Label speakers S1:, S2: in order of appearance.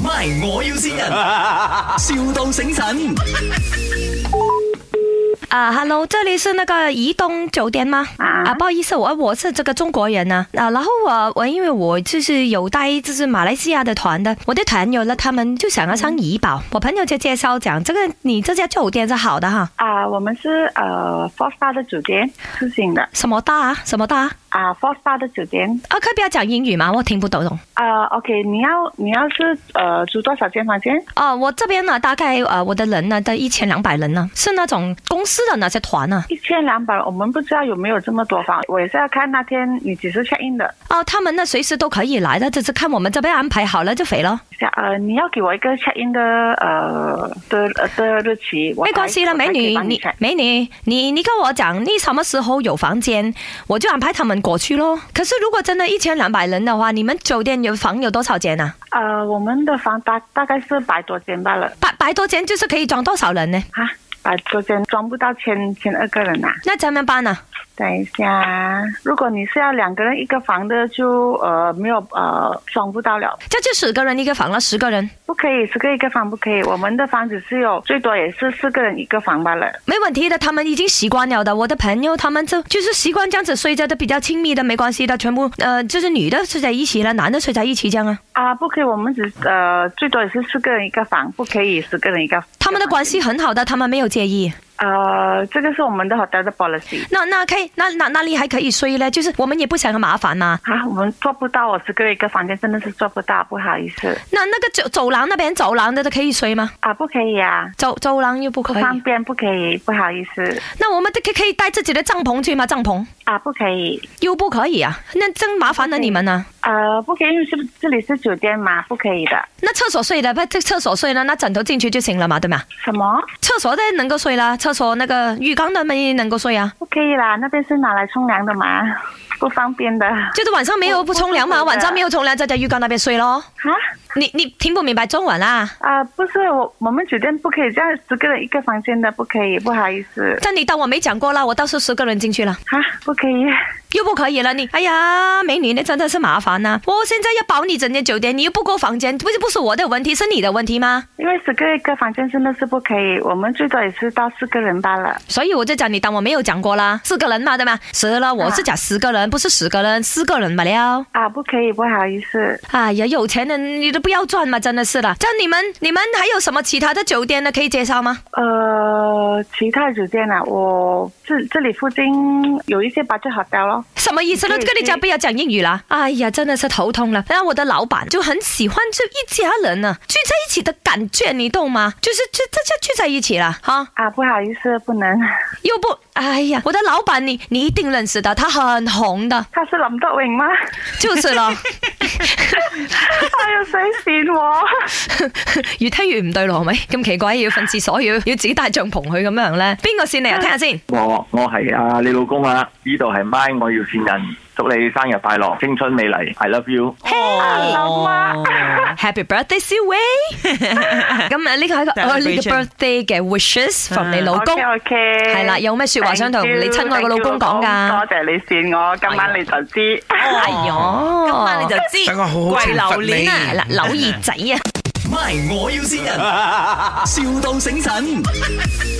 S1: ，MY 我要先人，,笑到醒神。
S2: 啊，Hello，这里是那个移动酒店吗？
S3: 啊
S2: 啊，不好意思，我我是这个中国人呢、啊。然后我我因为我就是有带就是马来西亚的团的，我的团友呢，他们就想要上怡保，我朋友就介绍讲，这个你这家酒店是好的哈，
S3: 啊，我们是呃 Four Star 的酒店出行的
S2: 什么大啊，什么大啊，
S3: 啊，Four Star 的酒店
S2: 啊，可以不要讲英语吗？我听不懂。
S3: 啊，OK，你要你要是呃租多少间房间？
S2: 哦、我这边呢，大概呃，我的人呢，在一千两百人呢，是那种公司的那些团啊呢、
S3: 一千两百，我们不知道有没有这么多房，我也是要看那天你几时 check in 的。
S2: 哦、他们呢随时都可以来的，只是看我们这边安排好了就飞了。
S3: 呃，你要给我一个 check in 的呃的呃的日期，我
S2: 没关系
S3: 才
S2: 啦，美
S3: 我才可以
S2: 女，
S3: 帮你
S2: 你
S3: check
S2: 美女，你你跟我讲你什么时候有房间，我就安排他们过去咯。可是如果真的一千两百人的话，你们酒店有房有多少间啊？
S3: 呃，我们的房大大概是百多间罢了
S2: 百百多间就是可以装多少人呢？
S3: 啊，百多间装不到千千二个人呐、啊
S2: 那咱们办啊呢、
S3: 等一下，如果你是要两个人一个房的，就呃没有呃装不到了，
S2: 这就十个人一个房了，十个人
S3: 不可以十个一个房不可以。我们的房子是有最多也是四个人一个房罢了。
S2: 没问题的，他们已经习惯了的。我的朋友他们就就是习惯这样子睡着的，比较亲密的，没关系的，全部呃就是女的睡在一起了，男的睡在一起这样啊。
S3: 啊，不可以，我们只呃最多也是四个人一个房，不可以十个人一个。
S2: 他们的关系很好的，他们没有介意。
S3: 呃，这个是我们的 hotel 的 policy
S2: 那那可以，那那那里还可以睡呢，就是我们也不想很麻烦嘛。
S3: 啊，我们做不到，我十个人一个房间真的是做不到，不好意思
S2: 那那个走走廊那边走廊的都可以睡吗？
S3: 啊，不可以啊，
S2: 走走廊又不
S3: 不
S2: 可以。
S3: 方便，不可以，不好意思
S2: 那我们都可可以带自己的帐篷去吗？帐篷
S3: 啊，不可以。
S2: 又不可以啊，那真麻烦了你们啊呢、
S3: 呃，不可以，因为这这里是酒店嘛，不可以的。
S2: 那厕所睡的，不这厕所睡了，那枕头进去就行了嘛，对吗？
S3: 什么？
S2: 厕所的能够睡啦，厕所那个浴缸的没能够睡啊，
S3: 不可以啦，那边是拿来冲凉的嘛，不方便的。啊
S2: 就是晚上没有
S3: 我
S2: 不冲凉嘛，
S3: 我不
S2: 晚上
S3: 的
S2: 没有冲凉就在浴缸那边睡咯。
S3: 哈
S2: 你你听不明白中文啦？
S3: 啊、不是我，我们酒店不可以这样，十个人一个房间的，不可以，不好意思。
S2: 但你当我没讲过啦，我到时候十个人进去了。
S3: 哈，不可以。
S2: 又不可以了，你哎呀，美女，你真的是麻烦呐、我现在要保你整间酒店，你又不够房间，不是不是我的问题，是你的问题吗？
S3: 因为十个人一个房间真的是不可以，我们最多也是到四个人罢了。
S2: 所以我就讲你当我没有讲过啦，四个人嘛，对吗？是了，我是讲十个人，不是十个人，四个人嘛了。
S3: 啊，不可以，不好意思。
S2: 哎呀，有钱人你都不要赚嘛，真的是啦。这样你们你们还有什么其他的酒店呢？可以介绍吗？
S3: 呃，其他酒店啊，我这这里附近有一些 budget hotel 咯。
S2: 什么意思呢？
S3: 可以
S2: 跟你讲
S3: 可以
S2: 不要讲英语啦。哎呀，真的是头痛了。然后我的老板就很喜欢就一家人呢、聚在一起的感觉，你懂吗？就是就这就聚在一起了哈。
S3: 啊，不好意思，不能。
S2: 又不，哎呀，我的老板你你一定认识的，他很红的，
S3: 他是林德荣吗？
S2: 就是咯。
S3: 哎呀，谁选我？
S2: 越聽越唔對路，係咪？咁奇怪，要瞓廁所，要要自己帶帳篷去咁樣咧？邊個線嚟啊？聽下先。
S4: 我我系啊你老公啊，呢度系 My 我要善人，祝你生日快樂，青春美麗，I love you。
S3: 啊
S2: 哦 Happy birthday, s i w a y 咁啊，呢個係一個 early
S5: Celebration
S2: birthday 嘅 wishes from 你老公。
S3: OK
S6: 啊
S3: OK，
S2: 係啦有咩說話想同你親愛嘅老公講㗎啊
S3: 多謝你善我，今晚你就知。
S2: 哎呦，啊
S5: 今晚你就知，
S6: 等我哦好好
S5: 跪
S6: 懲罰
S5: 榴
S6: 你
S5: 莲啊！
S2: 嗱，柳兒仔啊！
S1: MY 我要先人，,笑到醒神。